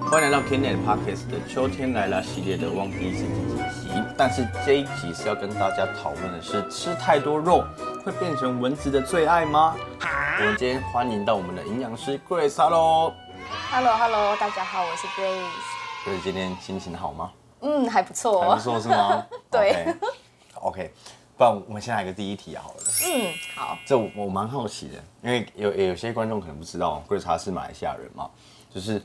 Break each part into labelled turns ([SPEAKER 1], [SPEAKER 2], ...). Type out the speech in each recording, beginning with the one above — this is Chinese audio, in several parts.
[SPEAKER 1] 欢迎来到 Knet Pockets 的秋天来了系列的 One Piece 第几集？但是这一集是要跟大家讨论的是，吃太多肉会变成蚊子的最爱吗？我们今天欢迎到我们的营养师 Grace，Hello。
[SPEAKER 2] Hello Hello，大家好，我是 Grace。
[SPEAKER 1] 所以今天心情好吗？
[SPEAKER 2] 嗯，还不错
[SPEAKER 1] 还
[SPEAKER 2] 哦
[SPEAKER 1] 不。错是 吗？
[SPEAKER 2] 对
[SPEAKER 1] OK，, o k 不然我们先来个第一题好了。
[SPEAKER 2] 嗯，好。
[SPEAKER 1] 这我我蛮好奇的，因为有有些观众可能不知道，贵茶是马来西亚人嘛，就是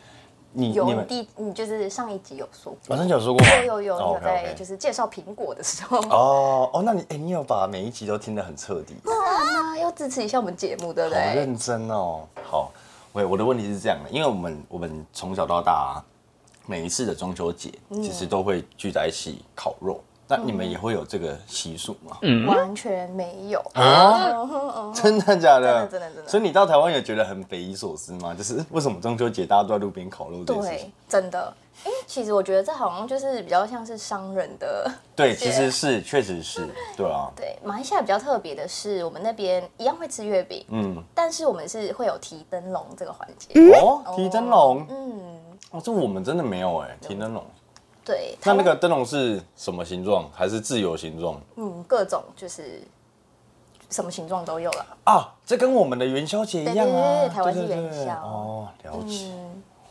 [SPEAKER 1] 你你
[SPEAKER 2] 有
[SPEAKER 1] 们，
[SPEAKER 2] 第你就是上一集有说过，
[SPEAKER 1] 我上次有说过吗？
[SPEAKER 2] 有有有
[SPEAKER 1] 哦
[SPEAKER 2] 有在
[SPEAKER 1] OK，OK
[SPEAKER 2] 就是介绍苹果的时候，
[SPEAKER 1] 哦哦，那你哎、你有把每一集都听得很彻底，好
[SPEAKER 2] 啊，要支持一下我们节目，对不对？
[SPEAKER 1] 认真哦。好，喂，我的问题是这样的，因为我们我们从小到大、啊每一次的中秋节
[SPEAKER 2] 嗯
[SPEAKER 1] 其实都会聚在一起烤肉，那你们也会有这个习俗吗？
[SPEAKER 2] 完全没有。
[SPEAKER 1] 啊真的假的？
[SPEAKER 2] 哦真的真的真的
[SPEAKER 1] 所以你到台湾有觉得很匪夷所思吗？就是为什么中秋节大家都在路边烤肉这件事情
[SPEAKER 2] 对？，真的。因为其实我觉得这好像就是比较像是商人的。
[SPEAKER 1] 对，其实是，确实是，对啊，
[SPEAKER 2] 对，马来西亚比较特别的是，我们那边一样会吃月饼，
[SPEAKER 1] 嗯，
[SPEAKER 2] 但是我们是会有提灯笼这个环节。
[SPEAKER 1] 哦，提灯笼，
[SPEAKER 2] 嗯，
[SPEAKER 1] 哦，这我们真的没有哎，提灯笼。
[SPEAKER 2] 对。
[SPEAKER 1] 那那
[SPEAKER 2] 台湾
[SPEAKER 1] 个灯笼是什么形状？还是自由形状
[SPEAKER 2] 嗯，各种就是什么形状都有了。
[SPEAKER 1] 啊？这跟我们的元宵节一样啊，
[SPEAKER 2] 对对对台湾是
[SPEAKER 1] 对对对
[SPEAKER 2] 元宵
[SPEAKER 1] 哦，了解，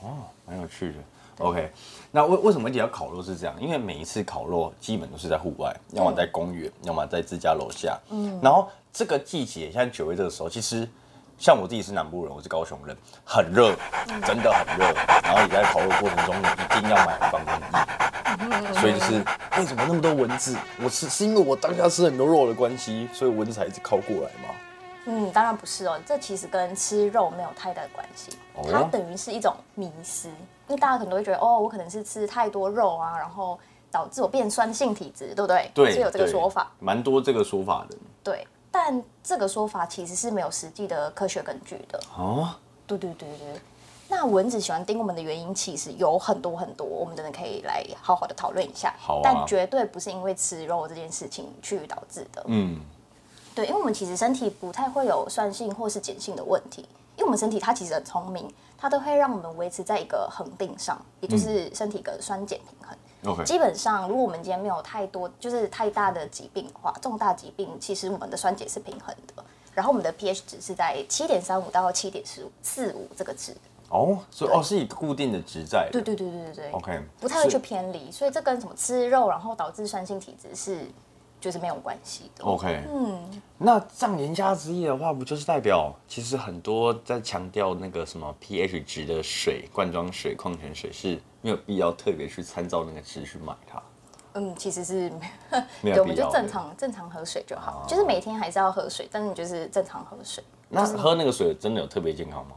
[SPEAKER 1] 哦
[SPEAKER 2] 嗯，
[SPEAKER 1] 蛮有趣的。OK，那为为什么一定要烤肉是这样？因为每一次烤肉基本都是在户外，要么在公园，要么在自家楼下。嗯，然后这个季节，像九月这个时候，其实像我自己是南部人，我是高雄人，很热，
[SPEAKER 2] 嗯
[SPEAKER 1] 真的很热。然后你在烤肉过程中，你一定要买防蚊液。
[SPEAKER 2] 嗯
[SPEAKER 1] 所以就是为什么那么多蚊子？我吃是因为我当下吃很多肉的关系，所以蚊子才一直靠过来嘛。
[SPEAKER 2] 嗯，当然不是哦，这其实跟吃肉没有太大的关系，
[SPEAKER 1] 哦
[SPEAKER 2] 它等于是一种迷思，因为大家可能都会觉得哦，我可能是吃太多肉啊，然后导致我变酸性体质，对不对？是有这个说法，，
[SPEAKER 1] 蛮多这个说法的
[SPEAKER 2] 对。但这个说法其实是没有实际的科学根据的。
[SPEAKER 1] 哦。
[SPEAKER 2] 对对对对。那蚊子喜欢叮我们的原因其实有很多很多，我们真的可以来好好的讨论一下。
[SPEAKER 1] 好啊
[SPEAKER 2] 但绝对不是因为吃肉这件事情去导致的。
[SPEAKER 1] 嗯，
[SPEAKER 2] 对，因为我们其实身体不太会有酸性或是碱性的问题，因为我们身体它其实很聪明，它都会让我们维持在一个恒定上，也
[SPEAKER 1] 嗯
[SPEAKER 2] 就是身体一个酸碱平衡。
[SPEAKER 1] OK
[SPEAKER 2] 基本上，如果我们今天没有太多就是太大的疾病的话，重大疾病其实我们的酸碱是平衡的，然后我们的 pH 值是在七点三五到七点十五四五这个值。
[SPEAKER 1] 哦，所以哦是以固定的值在的，
[SPEAKER 2] 对对对对对对
[SPEAKER 1] OK，
[SPEAKER 2] 不太会去
[SPEAKER 1] 是
[SPEAKER 2] 偏离，所以这跟什么吃肉然后导致酸性体质是就是没有关系的。
[SPEAKER 1] OK，嗯，那这样言下之意的话，不就是代表其实很多在强调那个什么 pH 值的水、罐装水、矿泉水是没有必要特别去参照那个值去买它，
[SPEAKER 2] 嗯，其实是
[SPEAKER 1] 没
[SPEAKER 2] 对，
[SPEAKER 1] 有
[SPEAKER 2] 我
[SPEAKER 1] 必
[SPEAKER 2] 们
[SPEAKER 1] 要的哦
[SPEAKER 2] 就正常正常喝水就好，就是每天还是要喝水，但是你就是正常喝水，
[SPEAKER 1] 那喝那个水真的有特别健康吗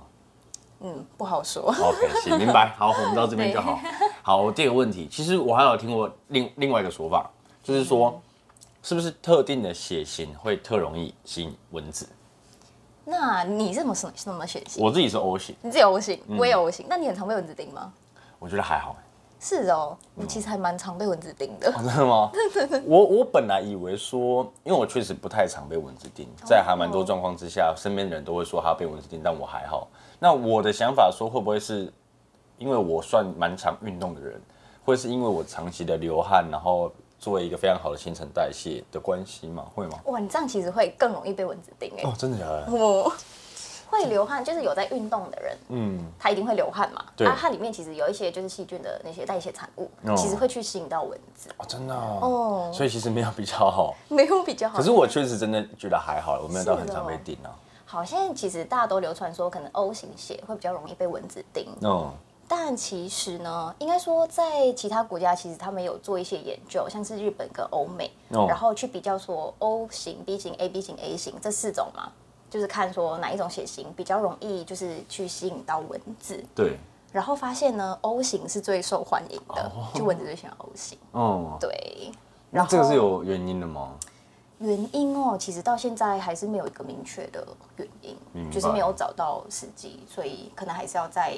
[SPEAKER 2] 嗯，不 好说。
[SPEAKER 1] ？OK，行，明白。好，我们到这边就好。 好，第二个问题，其实我还有听过另另外一个说法，就是说，是不是特定的血型会特容易吸引蚊子？
[SPEAKER 2] 那你是什么什么什么血型？
[SPEAKER 1] 我嗯自己是 O 型，
[SPEAKER 2] 你自己 O 型，我也 O 型，那你很常被蚊子叮吗？
[SPEAKER 1] 我觉得还好。
[SPEAKER 2] 是哦，我其实还蛮常被蚊子叮的。
[SPEAKER 1] 哦 真的吗？我我本来以为说，因为我确实不太常被蚊子叮，在还蛮多状况之下，身边的人都会说他被蚊子叮，但我还好。那我的想法说，会不会是因为我算蛮常运动的人，会是因为我长期的流汗，然后作为一个非常好的新陈代谢的关系吗？会吗？
[SPEAKER 2] 哇，你这样其实会更容易被蚊子叮哎、
[SPEAKER 1] 哦，真的假的？
[SPEAKER 2] 我 会流汗，就是有在运动的人，嗯，他一定会流汗嘛。
[SPEAKER 1] 对
[SPEAKER 2] 啊，汗里面其实有一些就是细菌的那些代谢产物，
[SPEAKER 1] 哦
[SPEAKER 2] 其实会去吸引到蚊子。
[SPEAKER 1] 哦，真的哦。
[SPEAKER 2] 哦，
[SPEAKER 1] 所以其实没有比较好，
[SPEAKER 2] 没有比较好。
[SPEAKER 1] 可是我确实真的觉得还好，我没有到很常被叮啊。
[SPEAKER 2] 好，现在其实大家都流传说，可能 O 型血会比较容易被蚊子叮，
[SPEAKER 1] 嗯，
[SPEAKER 2] 但其实呢，应该说在其他国家，其实他们有做一些研究，像是日本跟欧美，
[SPEAKER 1] 哦
[SPEAKER 2] 然后去比较说 O 型、B 型、AB 型、A 型这四种嘛，就是看说哪一种血型比较容易就是去吸引到蚊子，
[SPEAKER 1] 对，
[SPEAKER 2] 然后发现呢，O 型是最受欢迎的，
[SPEAKER 1] 哦
[SPEAKER 2] 就蚊子最喜欢 O 型。
[SPEAKER 1] 嗯，
[SPEAKER 2] 对，
[SPEAKER 1] 那这个是有原因的吗？
[SPEAKER 2] 原因哦，其实到现在还是没有一个明确的原因
[SPEAKER 1] 明，白
[SPEAKER 2] 就是没有找到时机，所以可能还是要再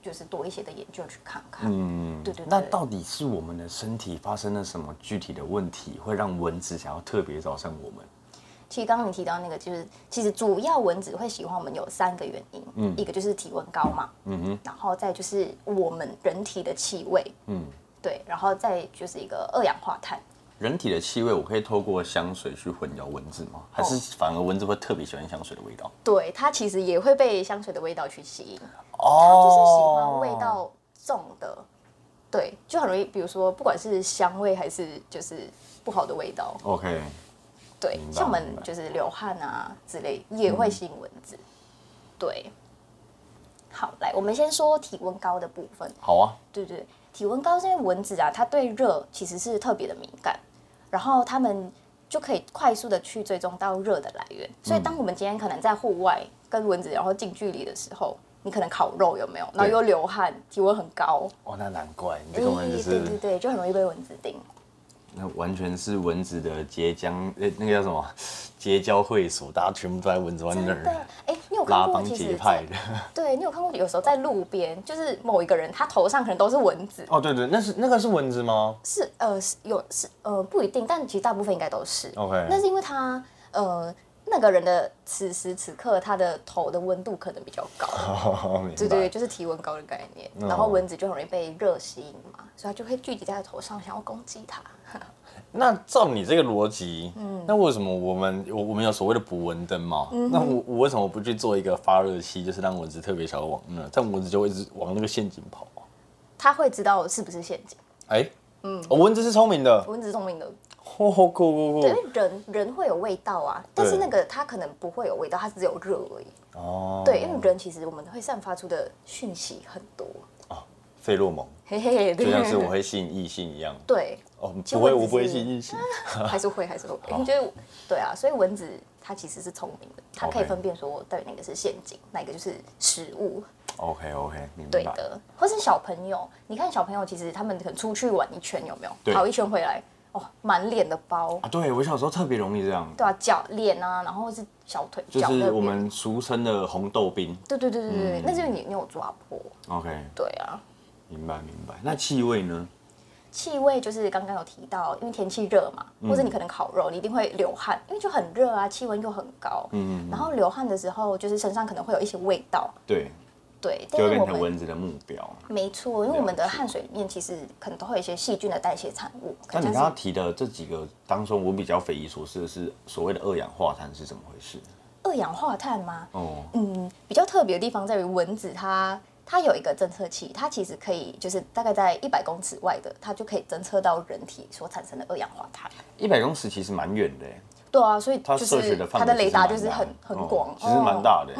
[SPEAKER 2] 就是多一些的研究去看看。
[SPEAKER 1] 嗯，
[SPEAKER 2] 对对对
[SPEAKER 1] 那到底是我们的身体发生了什么具体的问题，会让蚊子想要特别找上我们？
[SPEAKER 2] 其实刚刚你提到那个，就是其实主要蚊子会喜欢我们有三个原因，嗯，一个就是体温高嘛，嗯哼，然后再就是我们人体的气味，嗯，对，然后再就是一个二氧化碳。
[SPEAKER 1] 人体的气味，我可以透过香水去混淆蚊子
[SPEAKER 2] 哦
[SPEAKER 1] 吗？还是反而蚊子会特别喜欢香水的味道？
[SPEAKER 2] 对，它其实也会被香水的味道去吸引，它就是喜
[SPEAKER 1] 哦
[SPEAKER 2] 欢味道重的，对，就很容易，比如说不管是香味还是就是不好的味道，
[SPEAKER 1] OK，
[SPEAKER 2] 对
[SPEAKER 1] 明，白
[SPEAKER 2] 像我们
[SPEAKER 1] 明白嗯
[SPEAKER 2] 就是流汗啊之类，也会吸引蚊子。对，好，来，我们先说体温高的部分。
[SPEAKER 1] 好啊，
[SPEAKER 2] 对对，对体温高是因为蚊子啊，它对热其实是特别的敏感，然后它们就可以快速的去追踪到热的来源。
[SPEAKER 1] 嗯
[SPEAKER 2] 所以当我们今天可能在户外跟蚊子然后近距离的时候，你可能烤肉有没有？然后又流汗，体温很高，
[SPEAKER 1] 哦，那难怪你这个蚊子
[SPEAKER 2] 对对
[SPEAKER 1] 是，
[SPEAKER 2] 对，就很容易被蚊子叮。
[SPEAKER 1] 那完全是蚊子的结痂，呃，那个叫什么？结交会所，大家全部都在蚊子湾
[SPEAKER 2] 真
[SPEAKER 1] 那
[SPEAKER 2] 的
[SPEAKER 1] 儿，
[SPEAKER 2] 哎，你有
[SPEAKER 1] 拉
[SPEAKER 2] 看过？
[SPEAKER 1] 帮
[SPEAKER 2] 其
[SPEAKER 1] 结
[SPEAKER 2] 实，
[SPEAKER 1] 派的。
[SPEAKER 2] 对你有看过，有时候在路边，就是某一个人，他头上可能都是蚊子，
[SPEAKER 1] 哦，对对，那是那个是蚊子吗？
[SPEAKER 2] 是呃是有是呃不一定，但其实大部分应该都是。
[SPEAKER 1] OK
[SPEAKER 2] 那是因为他呃那个人的此时此刻他的头的温度可能比较高，
[SPEAKER 1] 哦，明白
[SPEAKER 2] 对对对，就是体温高的概念。
[SPEAKER 1] 嗯
[SPEAKER 2] 然后蚊子就很容易被热吸引嘛，所以它就会聚集在他头上，想要攻击他。
[SPEAKER 1] 那照你这个逻辑，
[SPEAKER 2] 嗯
[SPEAKER 1] 那为什么我们我我们有所谓的捕蚊灯嘛？那我我为什么不去做一个发热器，就是让蚊子特别想要往那，但蚊子就会一直往那个陷阱跑啊？
[SPEAKER 2] 他会知道是不是陷阱，
[SPEAKER 1] 哎、嗯、蚊子是聪明的，
[SPEAKER 2] 蚊子聪明的，
[SPEAKER 1] 哦，酷酷酷
[SPEAKER 2] 对，因，为人人会有味道啊，但是那个它可能不会有味道，它只有热而已。
[SPEAKER 1] 哦，
[SPEAKER 2] 对，因为人其实我们会散发出的讯息很多，
[SPEAKER 1] 费洛蒙，
[SPEAKER 2] 嘿嘿，对
[SPEAKER 1] 就像是我会吸引异性 一样。
[SPEAKER 2] 对，
[SPEAKER 1] 哦，
[SPEAKER 2] 其实
[SPEAKER 1] 不会，
[SPEAKER 2] 蚊子
[SPEAKER 1] 我不会
[SPEAKER 2] 是
[SPEAKER 1] 吸引 异性。
[SPEAKER 2] 还是会还是会，你觉得对啊？所以蚊子它其实是聪明的，它可以
[SPEAKER 1] OK
[SPEAKER 2] 分辨说到底哪个是陷阱，哪个就是食物，
[SPEAKER 1] OK OK，明白。
[SPEAKER 2] 对的。或是小朋友，你看小朋友其实他们可能出去玩一圈有没有，
[SPEAKER 1] 对
[SPEAKER 2] 跑一圈回来，哦，满脸的包，
[SPEAKER 1] 啊，对我小时候特别容易这样，
[SPEAKER 2] 对啊，脚脸啊，然后是小腿，
[SPEAKER 1] 就
[SPEAKER 2] 脚那
[SPEAKER 1] 是
[SPEAKER 2] 边
[SPEAKER 1] 我们嗯俗称的红豆冰。
[SPEAKER 2] 对对对对对对，那就是你没有抓破，
[SPEAKER 1] OK，
[SPEAKER 2] 对啊。
[SPEAKER 1] 明白明白。那气味呢？
[SPEAKER 2] 气味就是刚刚有提到，因为天气热嘛，
[SPEAKER 1] 嗯
[SPEAKER 2] 或者你可能烤肉，你一定会流汗，因为就很热啊，气温又很高。嗯然后流汗的时候，就是身上可能会有一些味道，
[SPEAKER 1] 对，
[SPEAKER 2] 对。但
[SPEAKER 1] 就会
[SPEAKER 2] 是我
[SPEAKER 1] 变成
[SPEAKER 2] 们
[SPEAKER 1] 蚊子的目标。
[SPEAKER 2] 没错，因为我们的
[SPEAKER 1] 了解
[SPEAKER 2] 汗水里面其实可能都会有一些细菌的代谢产物。可
[SPEAKER 1] 那
[SPEAKER 2] 能
[SPEAKER 1] 你刚
[SPEAKER 2] 像
[SPEAKER 1] 刚
[SPEAKER 2] 是
[SPEAKER 1] 提的这几个当中，我比较匪夷所思的是所谓的二氧化碳是怎么回事？
[SPEAKER 2] 二氧化碳吗？
[SPEAKER 1] 哦，
[SPEAKER 2] 嗯，比较特别的地方在于蚊子它。它有一个侦测器，它其实可以就是大概在一百公尺外的，它就可以侦测到人体所产生的二氧化碳。
[SPEAKER 1] 一百公尺其实蛮远的耶，
[SPEAKER 2] 对啊，所以
[SPEAKER 1] 它
[SPEAKER 2] 就
[SPEAKER 1] 摄取
[SPEAKER 2] 是
[SPEAKER 1] 的范围
[SPEAKER 2] 它的
[SPEAKER 1] 其实
[SPEAKER 2] 雷达
[SPEAKER 1] 蛮
[SPEAKER 2] 就是
[SPEAKER 1] 大
[SPEAKER 2] 很
[SPEAKER 1] 的
[SPEAKER 2] 很
[SPEAKER 1] 哦
[SPEAKER 2] 广，
[SPEAKER 1] 其实蛮
[SPEAKER 2] 哦
[SPEAKER 1] 大的耶。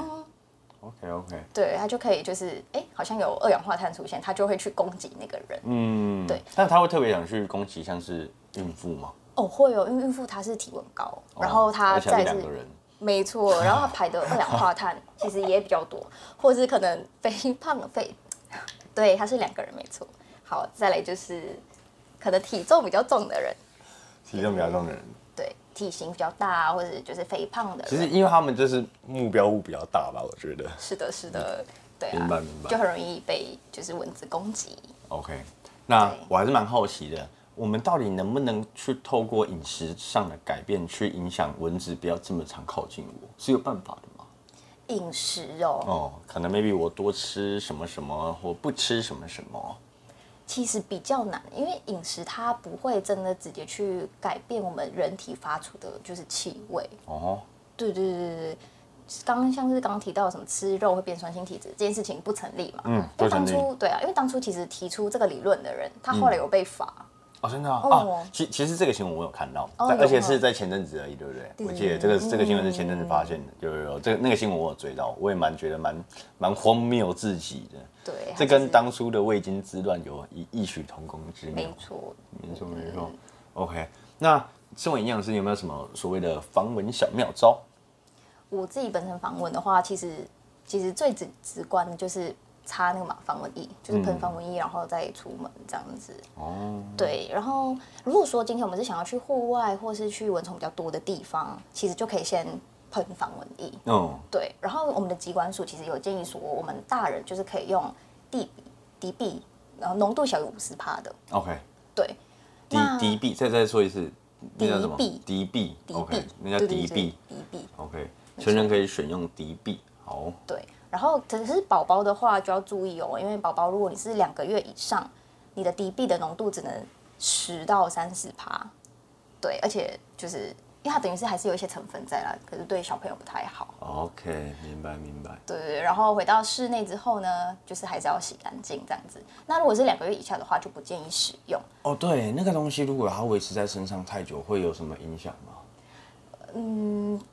[SPEAKER 1] OK OK，
[SPEAKER 2] 对，它就可以就是哎、诶好像有二氧化碳出现，它就会去攻击那个人。
[SPEAKER 1] 嗯，
[SPEAKER 2] 对。
[SPEAKER 1] 但他会特别想去攻击像是孕妇吗？
[SPEAKER 2] 哦，会哦，因为孕妇她是体温高，
[SPEAKER 1] 哦
[SPEAKER 2] 然后她
[SPEAKER 1] 而且还
[SPEAKER 2] 再
[SPEAKER 1] 是
[SPEAKER 2] 是
[SPEAKER 1] 两个人。
[SPEAKER 2] 没错，然后她排的二氧化碳其实也比较多，或是可能肥胖肥，对，她是两个人没错。好，再来就是可能体重比较重的人，
[SPEAKER 1] 体重比较重的人，
[SPEAKER 2] 对，体型比较大啊或者就是肥胖的
[SPEAKER 1] 其实
[SPEAKER 2] 人，
[SPEAKER 1] 因为他们就是目标物比较大吧，我觉得。
[SPEAKER 2] 是的，是的，对
[SPEAKER 1] 嗯明
[SPEAKER 2] 啊
[SPEAKER 1] 白明，白
[SPEAKER 2] 就很容易被就是蚊子攻击。
[SPEAKER 1] OK，那
[SPEAKER 2] 对
[SPEAKER 1] 我还是蛮好奇的，我们到底能不能去透过饮食上的改变去影响蚊子不要这么常靠近我？是有办法的吗？
[SPEAKER 2] 饮食哦，
[SPEAKER 1] 哦，可能 maybe 我多吃什么什么，或不吃什么什么。
[SPEAKER 2] 其实比较难，因为饮食它不会真的直接去改变我们人体发出的就是气味。
[SPEAKER 1] 哦，
[SPEAKER 2] 对对对对对，刚刚像是刚刚提到什么吃肉会变酸性体质这件事情不成立嘛？嗯因为
[SPEAKER 1] 不成
[SPEAKER 2] 当
[SPEAKER 1] 立嗯
[SPEAKER 2] 初对啊，因为当初其实提出这个理论的人，他后来有被罚。
[SPEAKER 1] 哦，真的啊，
[SPEAKER 2] 哦
[SPEAKER 1] 啊其其实这个新闻我有看到，
[SPEAKER 2] 哦
[SPEAKER 1] 在
[SPEAKER 2] 有
[SPEAKER 1] 而且
[SPEAKER 2] 吗
[SPEAKER 1] 是在前阵子而已，对不对？
[SPEAKER 2] 对嗯
[SPEAKER 1] 我记得这个这个新闻是前阵子发现的，有有有，这个那个新闻我有追到，我也蛮觉得蛮蛮荒谬至极的。
[SPEAKER 2] 对，
[SPEAKER 1] 这
[SPEAKER 2] 他就
[SPEAKER 1] 跟
[SPEAKER 2] 是
[SPEAKER 1] 当初的魏晋之乱有异异曲同工之妙
[SPEAKER 2] 没。错，
[SPEAKER 1] 没错没错。OK，那身为营养师，你有没有什么所谓的防蚊小妙招？
[SPEAKER 2] 我自己本身防蚊的话，其实其实最直直观的就是擦那个嘛防蚊液，就是喷防蚊液，然后再出门这样子。
[SPEAKER 1] 嗯哦，
[SPEAKER 2] 对，然后如果说今天我们是想要去户外或是去蚊虫比较多的地方，其实就可以先喷防蚊液。
[SPEAKER 1] 嗯，
[SPEAKER 2] 对，然后我们的疾管署其实有建议说，我们大人就是可以用地比敌避，然后浓度小于五十帕的。
[SPEAKER 1] OK，
[SPEAKER 2] 对，
[SPEAKER 1] 敌
[SPEAKER 2] 那
[SPEAKER 1] 敌避，再再说一次，那叫什么？
[SPEAKER 2] 敌
[SPEAKER 1] 敌避
[SPEAKER 2] 敌
[SPEAKER 1] ，OK，
[SPEAKER 2] 避，
[SPEAKER 1] 那叫
[SPEAKER 2] 对对
[SPEAKER 1] 敌
[SPEAKER 2] 对
[SPEAKER 1] 避
[SPEAKER 2] 敌避，
[SPEAKER 1] ，OK，成人可以选用敌避，好，
[SPEAKER 2] 对。然后只是宝宝的话就要注意哦，因为宝宝如果你是两个月以上，你的敌避的浓度只能十到三十趴，对，而且就是因为它等于是还是有一些成分在啦，可是对小朋友不太好。
[SPEAKER 1] ，OK，明白明白，
[SPEAKER 2] 对对对，然后回到室内之后呢，就是还是要洗干净这样子。那如果是两个月以下的话，就不建议使用。
[SPEAKER 1] 哦，对，那个东西如果它维持在身上太久，会有什么影响吗？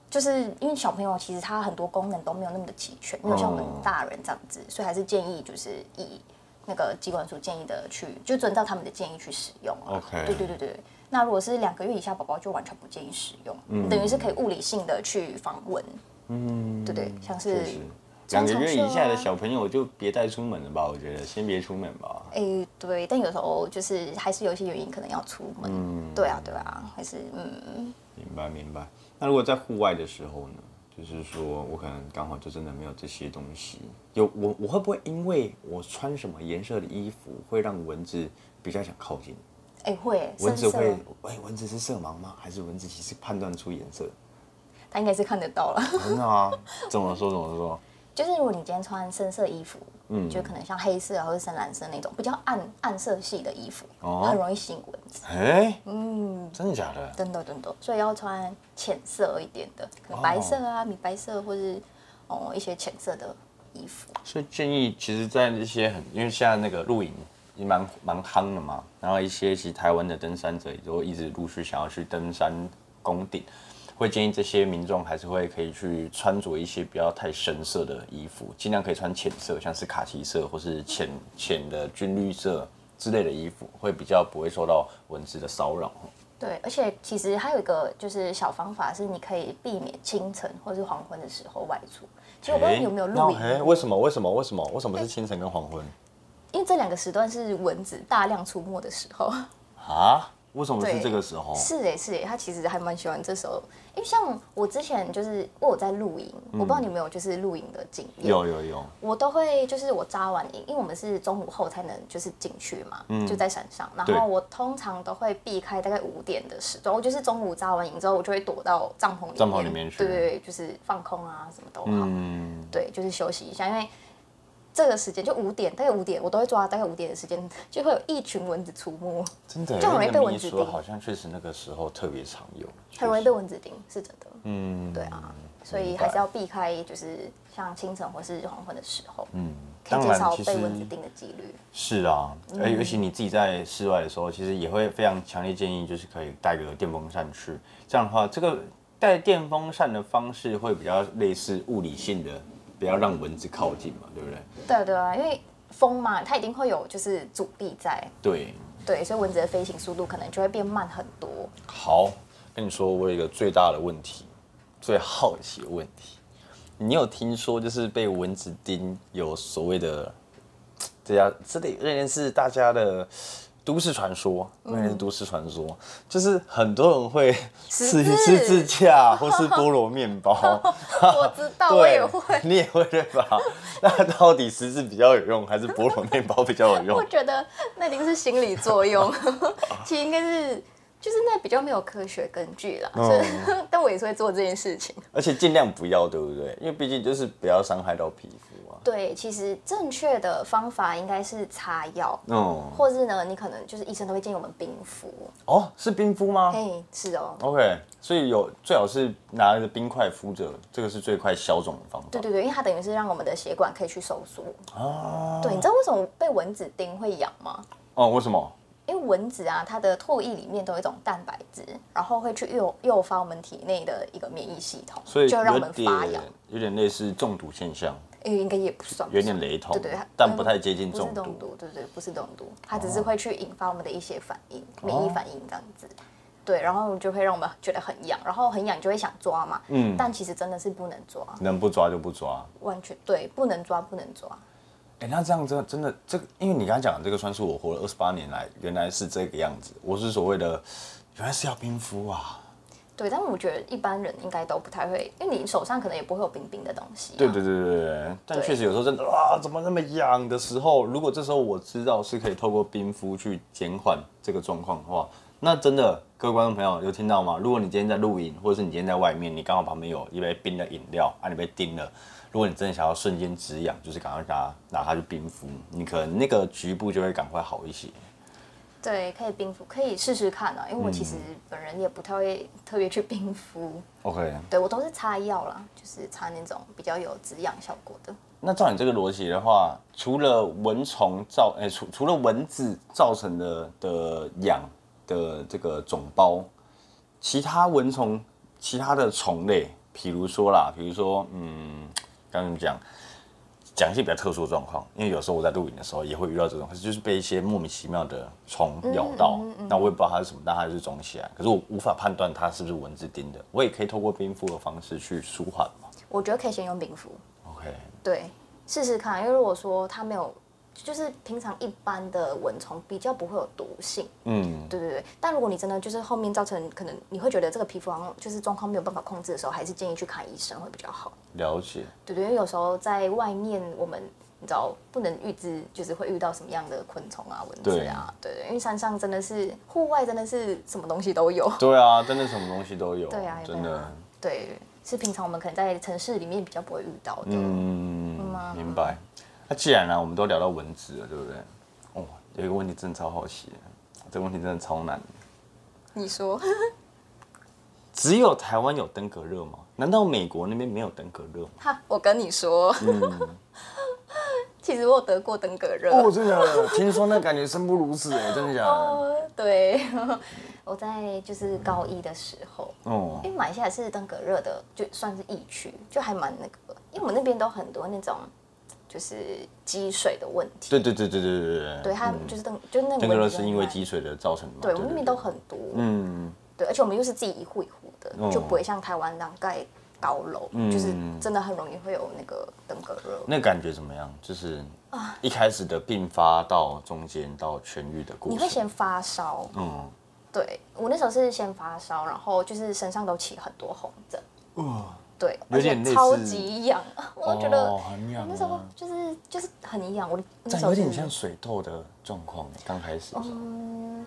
[SPEAKER 2] 就是因为小朋友其实他很多功能都没有那么的齐全，没有像我们
[SPEAKER 1] 哦
[SPEAKER 2] 大人这样子，所以还是建议就是以那个机关署建议的去，就遵照他们的建议去使用啊、
[SPEAKER 1] OK
[SPEAKER 2] 对对对对。那如果是两个月以下宝宝，就完全不建议使用，
[SPEAKER 1] 嗯
[SPEAKER 2] 等于是可以物理性的去访问。嗯，对对，像是
[SPEAKER 1] 确实，两个月以下的
[SPEAKER 2] 长袖啊
[SPEAKER 1] 小朋友就别带出门了吧，我觉得先别出门吧。
[SPEAKER 2] 哎、对，但有时候就是还是有一些原因可能要出门。
[SPEAKER 1] 嗯
[SPEAKER 2] 对啊，对啊，还是嗯，
[SPEAKER 1] 明白明白。那如果在户外的时候呢？就是说我可能刚好就真的没有这些东西。有我我会不会因为我穿什么颜色的衣服，会让蚊子比较想靠近？
[SPEAKER 2] 哎、会
[SPEAKER 1] 蚊子
[SPEAKER 2] 深色
[SPEAKER 1] 会哎、蚊子是色盲吗？还是蚊子其实判断出颜色？
[SPEAKER 2] 他应该是看得到了。
[SPEAKER 1] 真的啊？ 怎么说怎么说？
[SPEAKER 2] 就是如果你今天穿深色衣服，
[SPEAKER 1] 嗯
[SPEAKER 2] 就可能像黑色啊或者深蓝色那种比较暗暗色系的衣服，
[SPEAKER 1] 哦
[SPEAKER 2] 很容易吸引蚊子。
[SPEAKER 1] 哎、嗯，真的假的？
[SPEAKER 2] 真的真的，所以要穿浅色一点的，可能
[SPEAKER 1] 哦
[SPEAKER 2] 白色啊、米白色或是哦一些浅色的衣服。
[SPEAKER 1] 所以建议，其实，在一些很，因为现在那个露营也蛮蛮夯的嘛，然后一些其实台湾的登山者也都一直陆续想要去登山攻顶，会建议这些民众还是会可以去穿着一些不要太深色的衣服，尽量可以穿浅色，像是卡其色或是浅浅的军绿色之类的衣服，会比较不会受到蚊子的骚扰。
[SPEAKER 2] 对，而且其实还有一个就是小方法是，你可以避免清晨或是黄昏的时候外出。其实我不知道你有没有露营，
[SPEAKER 1] 诶那诶为什么？为什么？为什么？为什么是清晨跟黄昏
[SPEAKER 2] 因为这两个时段是蚊子大量出没的时候。
[SPEAKER 1] 啊？为什么是
[SPEAKER 2] 对
[SPEAKER 1] 这个时候？
[SPEAKER 2] 是哎、是哎、他其实还蛮喜欢这首，因为像我之前就是我有在露营，我不知道你有没有就是露营的经
[SPEAKER 1] 嗯
[SPEAKER 2] 验，
[SPEAKER 1] 有有有，
[SPEAKER 2] 我都会就是我扎完营，因为我们是中午后才能就是进去嘛，就在山上，然
[SPEAKER 1] 嗯对
[SPEAKER 2] 后我通常都会避开大概五点的时段，我就是中午扎完营之后，我就会躲到帐篷里面，
[SPEAKER 1] 帐篷里面去
[SPEAKER 2] 对对对，就是放空啊，什么都好，
[SPEAKER 1] 嗯。
[SPEAKER 2] 对，就是休息一下，因为。这个时间就五点，大概五点，我都会抓大概五点的时间，就会有一群蚊子出没，
[SPEAKER 1] 真的耶，
[SPEAKER 2] 就很容易
[SPEAKER 1] 那
[SPEAKER 2] 被
[SPEAKER 1] 么
[SPEAKER 2] 蚊
[SPEAKER 1] 一
[SPEAKER 2] 子
[SPEAKER 1] 说
[SPEAKER 2] 叮
[SPEAKER 1] 好像确实那个时候特别常有，
[SPEAKER 2] 很容
[SPEAKER 1] 确
[SPEAKER 2] 易被
[SPEAKER 1] 实
[SPEAKER 2] 蚊子叮，是真的。
[SPEAKER 1] 嗯，
[SPEAKER 2] 对啊，所以还是要避开，就是像清晨或是黄昏的时候，嗯，可以
[SPEAKER 1] 当
[SPEAKER 2] 减
[SPEAKER 1] 然
[SPEAKER 2] 少
[SPEAKER 1] 其
[SPEAKER 2] 被蚊
[SPEAKER 1] 实
[SPEAKER 2] 子叮的几率。
[SPEAKER 1] 是啊，
[SPEAKER 2] 嗯
[SPEAKER 1] 而尤其你自己在室外的时候，其实也会非常强烈建议，就是可以带个电风扇去。这样的话，这个带电风扇的方式会比较类似物理性的，不要让蚊子靠近嘛，对不对？
[SPEAKER 2] 对啊对啊，因为风嘛，它一定会有就是阻力在，
[SPEAKER 1] 对，
[SPEAKER 2] 对，所以蚊子的飞行速度可能就会变慢很多。
[SPEAKER 1] 好，跟你说，我有一个最大的问题，最好奇的问题，你有听说就是被蚊子叮有所谓的这家这里这件事大家的都市传说，那
[SPEAKER 2] 嗯
[SPEAKER 1] 也是都市传说，就是很多人会
[SPEAKER 2] 十
[SPEAKER 1] 吃
[SPEAKER 2] 字
[SPEAKER 1] 十字 架或是菠萝面包，
[SPEAKER 2] 我知道， 我也会，
[SPEAKER 1] 你也会啊对吧？那到底十字比较有用，还是菠萝面包比较有用
[SPEAKER 2] 我？觉得那一定是心理作用， 其实应该是。就是那比较没有科学根据
[SPEAKER 1] 哦
[SPEAKER 2] 啦，所以 但我也是会做这件事情。
[SPEAKER 1] 而且尽量不要，对不对？因为毕竟就是不要伤害到皮肤啊。
[SPEAKER 2] 对，其实正确的方法应该是擦药，
[SPEAKER 1] 嗯。
[SPEAKER 2] 或是呢，你可能就是医生都会建议我们冰敷。
[SPEAKER 1] 哦，是冰敷吗
[SPEAKER 2] 嘿，是哦，
[SPEAKER 1] ？OK，所以有最好是拿着冰块敷着，这个是最快消肿的方法。
[SPEAKER 2] 对对对，因为它等于是让我们的血管可以去收缩。
[SPEAKER 1] 啊，
[SPEAKER 2] 对，你知道为什么被蚊子叮会痒吗？
[SPEAKER 1] 哦，为什么？
[SPEAKER 2] 因为蚊子啊，它的唾液里面都有一种蛋白质，然后会去诱诱发我们体内的一个免疫系统，
[SPEAKER 1] 所以
[SPEAKER 2] 就会让我
[SPEAKER 1] 有
[SPEAKER 2] 们发
[SPEAKER 1] 点
[SPEAKER 2] 痒。
[SPEAKER 1] 有点类似中毒现象，
[SPEAKER 2] 哎，应该也不算，
[SPEAKER 1] 有点雷同，
[SPEAKER 2] 对对，它
[SPEAKER 1] 但不太接近
[SPEAKER 2] 不是
[SPEAKER 1] 中毒。
[SPEAKER 2] 中毒，对对，不是中毒，
[SPEAKER 1] 哦
[SPEAKER 2] 它只是会去引发我们的一些反应，免疫反应这样子。对，然后就会让我们觉得很痒，然后很痒就会想抓嘛，嗯，但其实真的是不能抓，
[SPEAKER 1] 能不抓就不抓。
[SPEAKER 2] 完全对，不能抓，不能抓。
[SPEAKER 1] 哎、那这样真的真的这个，因为你刚刚讲的这个算是我活了二十八年来，原来是这个样子。我是所谓的，原来是要冰敷啊。
[SPEAKER 2] 对，但我觉得一般人应该都不太会，因为你手上可能也不会有冰冰的东西、啊
[SPEAKER 1] 对对，对对对，但
[SPEAKER 2] 对
[SPEAKER 1] 确实有时候真的啊，怎么那么呃呃痒的时候，如果这时候我知道是可以透过冰敷去减缓这个状况的话，那真的，各位观众朋友有听到吗？如果你今天在露营，或者是你今天在外面，你刚好旁边有一杯冰的饮料啊，你被叮了，如果你真的想要瞬间止痒，就是赶快拿拿它去冰敷，你可能那个局部就会赶快好一些。
[SPEAKER 2] 对，可以冰敷，可以试试看啊，因为我其实
[SPEAKER 1] 嗯
[SPEAKER 2] 本人也不太会特别去冰敷，
[SPEAKER 1] OK，
[SPEAKER 2] 对我都是擦药啦，就是擦那种比较有止痒效果的。
[SPEAKER 1] 那照你这个逻辑的话，除了蚊虫造，哎、除除了蚊子造成的的痒的这个肿包，其他蚊虫，其他的虫类，比如说啦，比如说，嗯，刚刚怎么讲？讲一些比较特殊的状况，因为有时候我在录影的时候也会遇到这种，就是被一些莫名其妙的虫咬到，那我也不知道它是什么，但它就是肿起来，可是我无法判断它是不是蚊子叮的，我也可以透过冰敷的方式去舒缓嘛。
[SPEAKER 2] 我觉得可以先用冰敷，
[SPEAKER 1] OK，
[SPEAKER 2] 对，试试看，因为如果说它没有，就是平常一般的蚊虫比较不会有毒性，
[SPEAKER 1] 嗯。
[SPEAKER 2] 对对对。但如果你真的就是后面造成可能你会觉得这个皮肤好像就是状况没有办法控制的时候，还是建议去看医生会比较好。
[SPEAKER 1] 了解，
[SPEAKER 2] 对对，因为有时候在外面我们。你知道不能预知，就是会遇到什么样的昆虫啊、蚊子啊，对对，因为山上真的是户外，真的是什么东西都有。
[SPEAKER 1] 对啊，真的什么东西都有，
[SPEAKER 2] 对啊，
[SPEAKER 1] 真
[SPEAKER 2] 对
[SPEAKER 1] 的
[SPEAKER 2] 啊，对，是平常我们可能在城市里面比较不会遇到的。
[SPEAKER 1] 嗯，
[SPEAKER 2] 啊
[SPEAKER 1] 明白。那、既然呢、我们都聊到蚊子了，对不对？哦，有一个问题真的超好奇的，这个问题真的超难。
[SPEAKER 2] 你说
[SPEAKER 1] 只有台湾有登革热吗？难道美国那边没有登革热吗？
[SPEAKER 2] 哈， 我跟你说，
[SPEAKER 1] 嗯
[SPEAKER 2] 其实我有得过登革热。
[SPEAKER 1] 哦，真的，听说那感觉生不如死哎，真的假的？
[SPEAKER 2] 哦，对， 我在就是高一的时候，
[SPEAKER 1] 哦
[SPEAKER 2] 因为马来西亚是登革热的，就算是疫区，就还蛮那个，因为我们那边都很多那种就是积水的问题。
[SPEAKER 1] 对对对对对对对
[SPEAKER 2] 对，它就是登，就那个
[SPEAKER 1] 登革热
[SPEAKER 2] 问题
[SPEAKER 1] 是
[SPEAKER 2] 就
[SPEAKER 1] 因为
[SPEAKER 2] 很
[SPEAKER 1] 积水的造成的嘛。
[SPEAKER 2] 对，我们那边都很多。
[SPEAKER 1] 嗯，
[SPEAKER 2] 对，而且我们又是自己一户一户的，
[SPEAKER 1] 哦嗯
[SPEAKER 2] 就不会像台湾那样盖高楼，就是真的很容易会有那个登革热。
[SPEAKER 1] 那感觉怎么样？就是
[SPEAKER 2] 啊
[SPEAKER 1] 一开始的并发到中间到痊愈的过程，
[SPEAKER 2] 你会先发烧，
[SPEAKER 1] 嗯，
[SPEAKER 2] 对我那时候是先发烧，然后就是身上都起很多红疹，对，
[SPEAKER 1] 有
[SPEAKER 2] 而
[SPEAKER 1] 点类
[SPEAKER 2] 且
[SPEAKER 1] 似
[SPEAKER 2] 超级痒， 我都觉得、
[SPEAKER 1] 哦很痒啊
[SPEAKER 2] 我那时候就是就是很痒，我那
[SPEAKER 1] 但
[SPEAKER 2] 时候
[SPEAKER 1] 有点
[SPEAKER 2] 是
[SPEAKER 1] 像水痘的状况，刚开始的时候。
[SPEAKER 2] 哦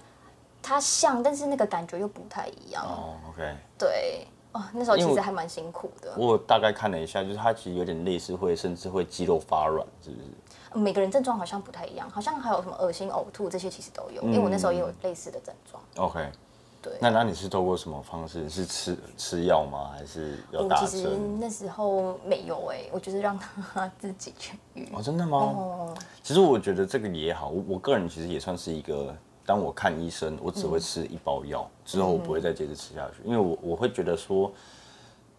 [SPEAKER 2] 它像，但是那个感觉又不太一样，
[SPEAKER 1] 哦，OK，
[SPEAKER 2] 对，哦，那时候
[SPEAKER 1] 因为
[SPEAKER 2] 其实
[SPEAKER 1] 我
[SPEAKER 2] 还蛮辛苦的，
[SPEAKER 1] 我大概看了一下，就是它其实有点类似会，甚至会肌肉发软，是不是？
[SPEAKER 2] 每个人症状好像不太一样，好像还有什么恶心、呕吐这些其实都有，因为我那时候也
[SPEAKER 1] 嗯
[SPEAKER 2] 有类似的症状，
[SPEAKER 1] OK，
[SPEAKER 2] 对。
[SPEAKER 1] 那那你是透过什么方式？是吃吃药吗？还是有
[SPEAKER 2] 我
[SPEAKER 1] 打
[SPEAKER 2] 嗯其实
[SPEAKER 1] 针？
[SPEAKER 2] 那时候没有哎、我就是让他 自己痊愈。
[SPEAKER 1] 哦，真的吗？
[SPEAKER 2] 哦，
[SPEAKER 1] 其实我觉得这个也好，我我个人其实也算是一个，当我看医生，我只会吃一包药，之后我不会再接着吃下去，因为我我会觉得说，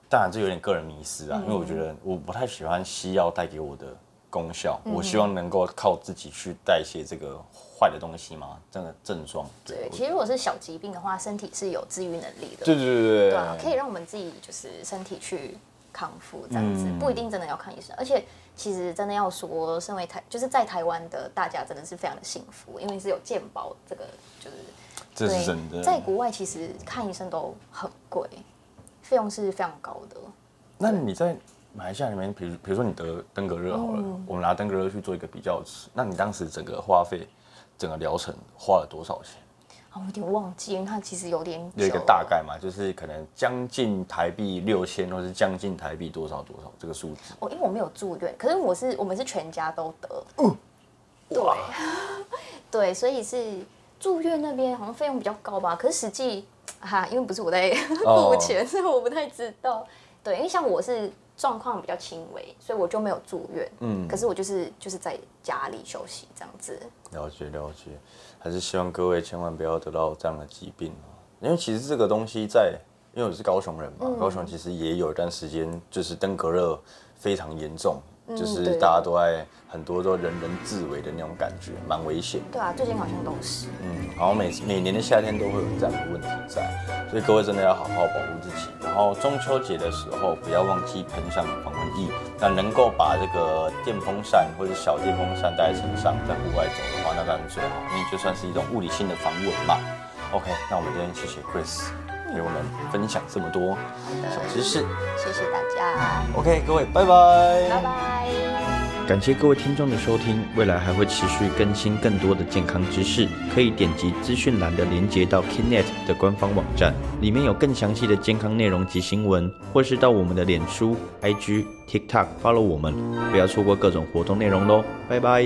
[SPEAKER 1] 当然这有点个人迷失啊，因为我觉得我不太喜欢西药带给我的功效，我希望能够靠自己去代谢这个坏的东西嘛，这个症状。
[SPEAKER 2] 对，
[SPEAKER 1] 我
[SPEAKER 2] 其实如果是小疾病的话，身体是有治愈能力的，
[SPEAKER 1] 对对对
[SPEAKER 2] 对啊，可
[SPEAKER 1] 对，
[SPEAKER 2] 以让我们自己就是身体去康复这样子，嗯不一定真的要看医生。而且其实真的要说，身为台就是在台湾的大家真的是非常的幸福，因为是有健保这个就是
[SPEAKER 1] 这是真的。
[SPEAKER 2] 在国外其实看医生都很贵，费用是非常高的。
[SPEAKER 1] 那你在马来西亚里面，比如比如说你得登革热好了，我们拿登革热去做一个比较值，那你当时整个花费、整个疗程花了多少钱？
[SPEAKER 2] 啊，我有点忘记，因为它其实有点久
[SPEAKER 1] 有一个
[SPEAKER 2] 了
[SPEAKER 1] 大概嘛，就是可能将近台币六千，或是将近台币多少多少这个数字。
[SPEAKER 2] 哦，因为我没有住院，可是我是我们是全家都得，对， 对，所以是住院那边好像费用比较高吧，可是实际哈、因为不是我在
[SPEAKER 1] 哦
[SPEAKER 2] 付钱，所以我不太知道。对，因为像我是状况比较轻微，所以我就没有住院，嗯，可是我就是就是在家里休息这样子，
[SPEAKER 1] 了解了解，还是希望各位千万不要得到这样的疾病哦因为其实这个东西在，因为我是高雄人嘛，嗯高雄其实也有一段时间就是登革热非常严重，就是
[SPEAKER 2] 对
[SPEAKER 1] 大家都在很多都人人自危的那种感觉，蛮危险的。
[SPEAKER 2] 对啊，最近好像都是，
[SPEAKER 1] 嗯，然后每每年的夏天都会有这样的问题在，所以各位真的要好好保护自己。然后中秋节的时候，不要忘记喷上防蚊液。那能够把这个电风扇或者小电风扇带在身上，在户外走的话，那当然最好，因为就算是一种物理性的防蚊嘛。OK，那我们今天谢谢 Chris 给我们分享这么多小知识。
[SPEAKER 2] 谢谢大家，
[SPEAKER 1] OK，各位，拜拜
[SPEAKER 2] 拜拜
[SPEAKER 1] 感谢各位听众的收听，未来还会持续更新更多的健康知识，可以点击资讯栏的连接到 Kinet 的官方网站，里面有更详细的健康内容及新闻，或是到我们的脸书、IG、TikTok follow 我们，不要错过各种活动内容喽，拜拜。